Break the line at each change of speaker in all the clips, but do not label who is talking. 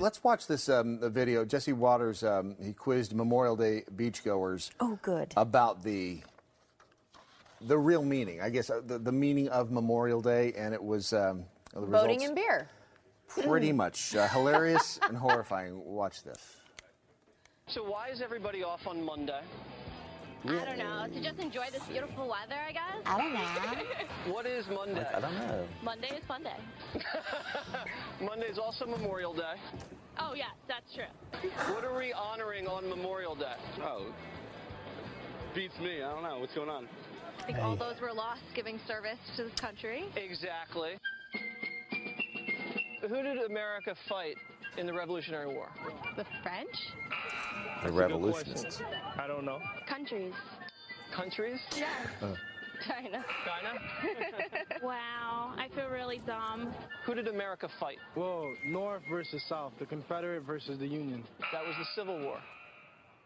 Let's watch this um, video. Jesse Waters, um, he quizzed Memorial Day beachgoers
Oh, good.
about the the real meaning, I guess, uh, the, the meaning of Memorial Day, and it was um, the
Boating
results
and beer.
pretty much uh, hilarious and horrifying. Watch this.
So why is everybody off on Monday?
I don't know. To just enjoy this beautiful weather, I guess.
I don't know.
What is Monday?
Monday is Monday.
Monday is also Memorial Day.
Oh, yes, that's true.
What are we honoring on Memorial Day?
Oh, beats me. I don't know what's going on.
I think all those were lost giving service to this country.
Exactly. Who did America fight in the Revolutionary War?
The French?
The revolutionists.
I don't know.
Countries.
Countries?
Yes. China.
China?
Wow, I feel really dumb.
Who did America fight?
Whoa, Oh, North versus South, the Confederate versus the Union.
That was the Civil War.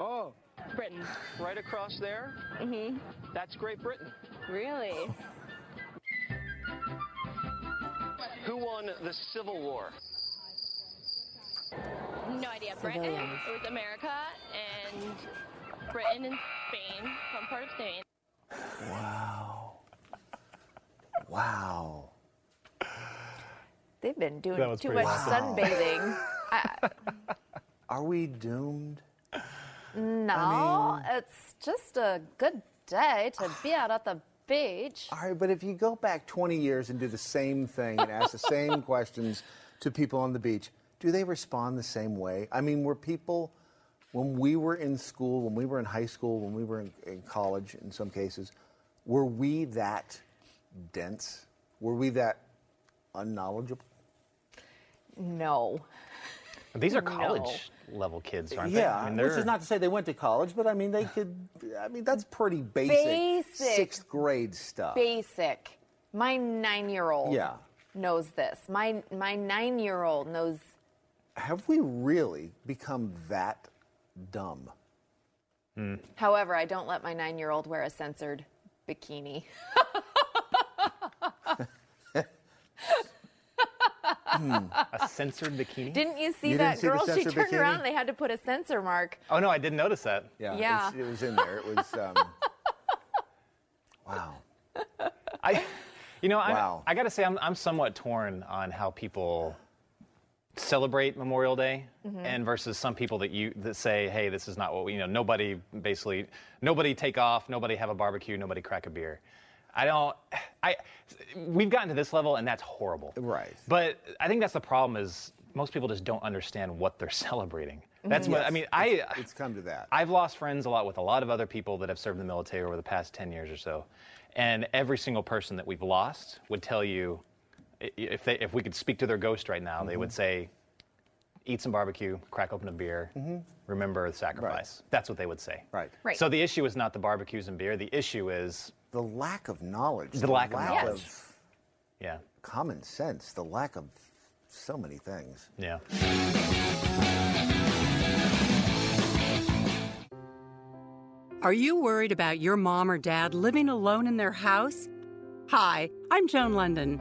Oh,
Britain.
Right across there? Mm-hmm. That's Great Britain.
Really?
Who won the Civil War?
No idea. Britain. It was America and Britain and Spain. Some part of Spain.
Wow. Wow.
They've been doing
That was
too
pretty
much
awesome.
sunbathing.
Are we doomed?
No, it's just a good day to be out at the beach.
All right, but if you go back 20 years and do the same thing and ask the same questions to people on the beach, do they respond the same way? I mean, were people, when we were in school, when we were in high school, when we were in, in college in some cases, were we that dense? Were we that unknowledgeable?
No.
These are college level kids, aren't they?
Oh, Yeah,
I mean,
which
they're-
is not to say they went to college, but I mean, they could, I mean, that's pretty basic,
Basic.
sixth grade stuff.
Basic. My nine year old
Yeah.
knows this. My my nine year old knows
Have we really become that dumb?
however, I don't let my nine year old wear a censored bikini.
a censored bikini.
Didn't you see
You didn't
that
see the
girl? She
censored
turned around
bikini?
and they had to put a censor mark.
oh no, I didn't notice that.
Yeah,
Yeah.
it's- it was in there. It was. Um, wow.
I, you know, I,
Wow.
I got to say, I'm, I'm somewhat torn on how people celebrate Memorial Day,
Mm-hmm.
and versus some people that you that say, hey, this is not what we, you know. Nobody basically, nobody take off, nobody have a barbecue, nobody crack a beer. I don't. I, we've gotten to this level, and that's horrible.
Right.
But I think that's the problem is most people just don't understand what they're celebrating. That's what I mean. I
Mm-hmm. It's come to that.
I've lost friends a lot with a lot of other people that have served in the military over the past 10 years or so. And every single person that we've lost would tell you i- if, they, if we could speak to their ghost right now, they would say, eat some barbecue, crack open a beer, remember the sacrifice. That's what they would say.
Right.
Right.
So the issue is not the barbecues and beer. The issue is,
the lack of knowledge. The,
lack of knowledge.
of
yeah,
common sense. The lack of so many things.
yeah.
Are you worried about your mom or dad living alone in their house? Hi, I'm Joan London.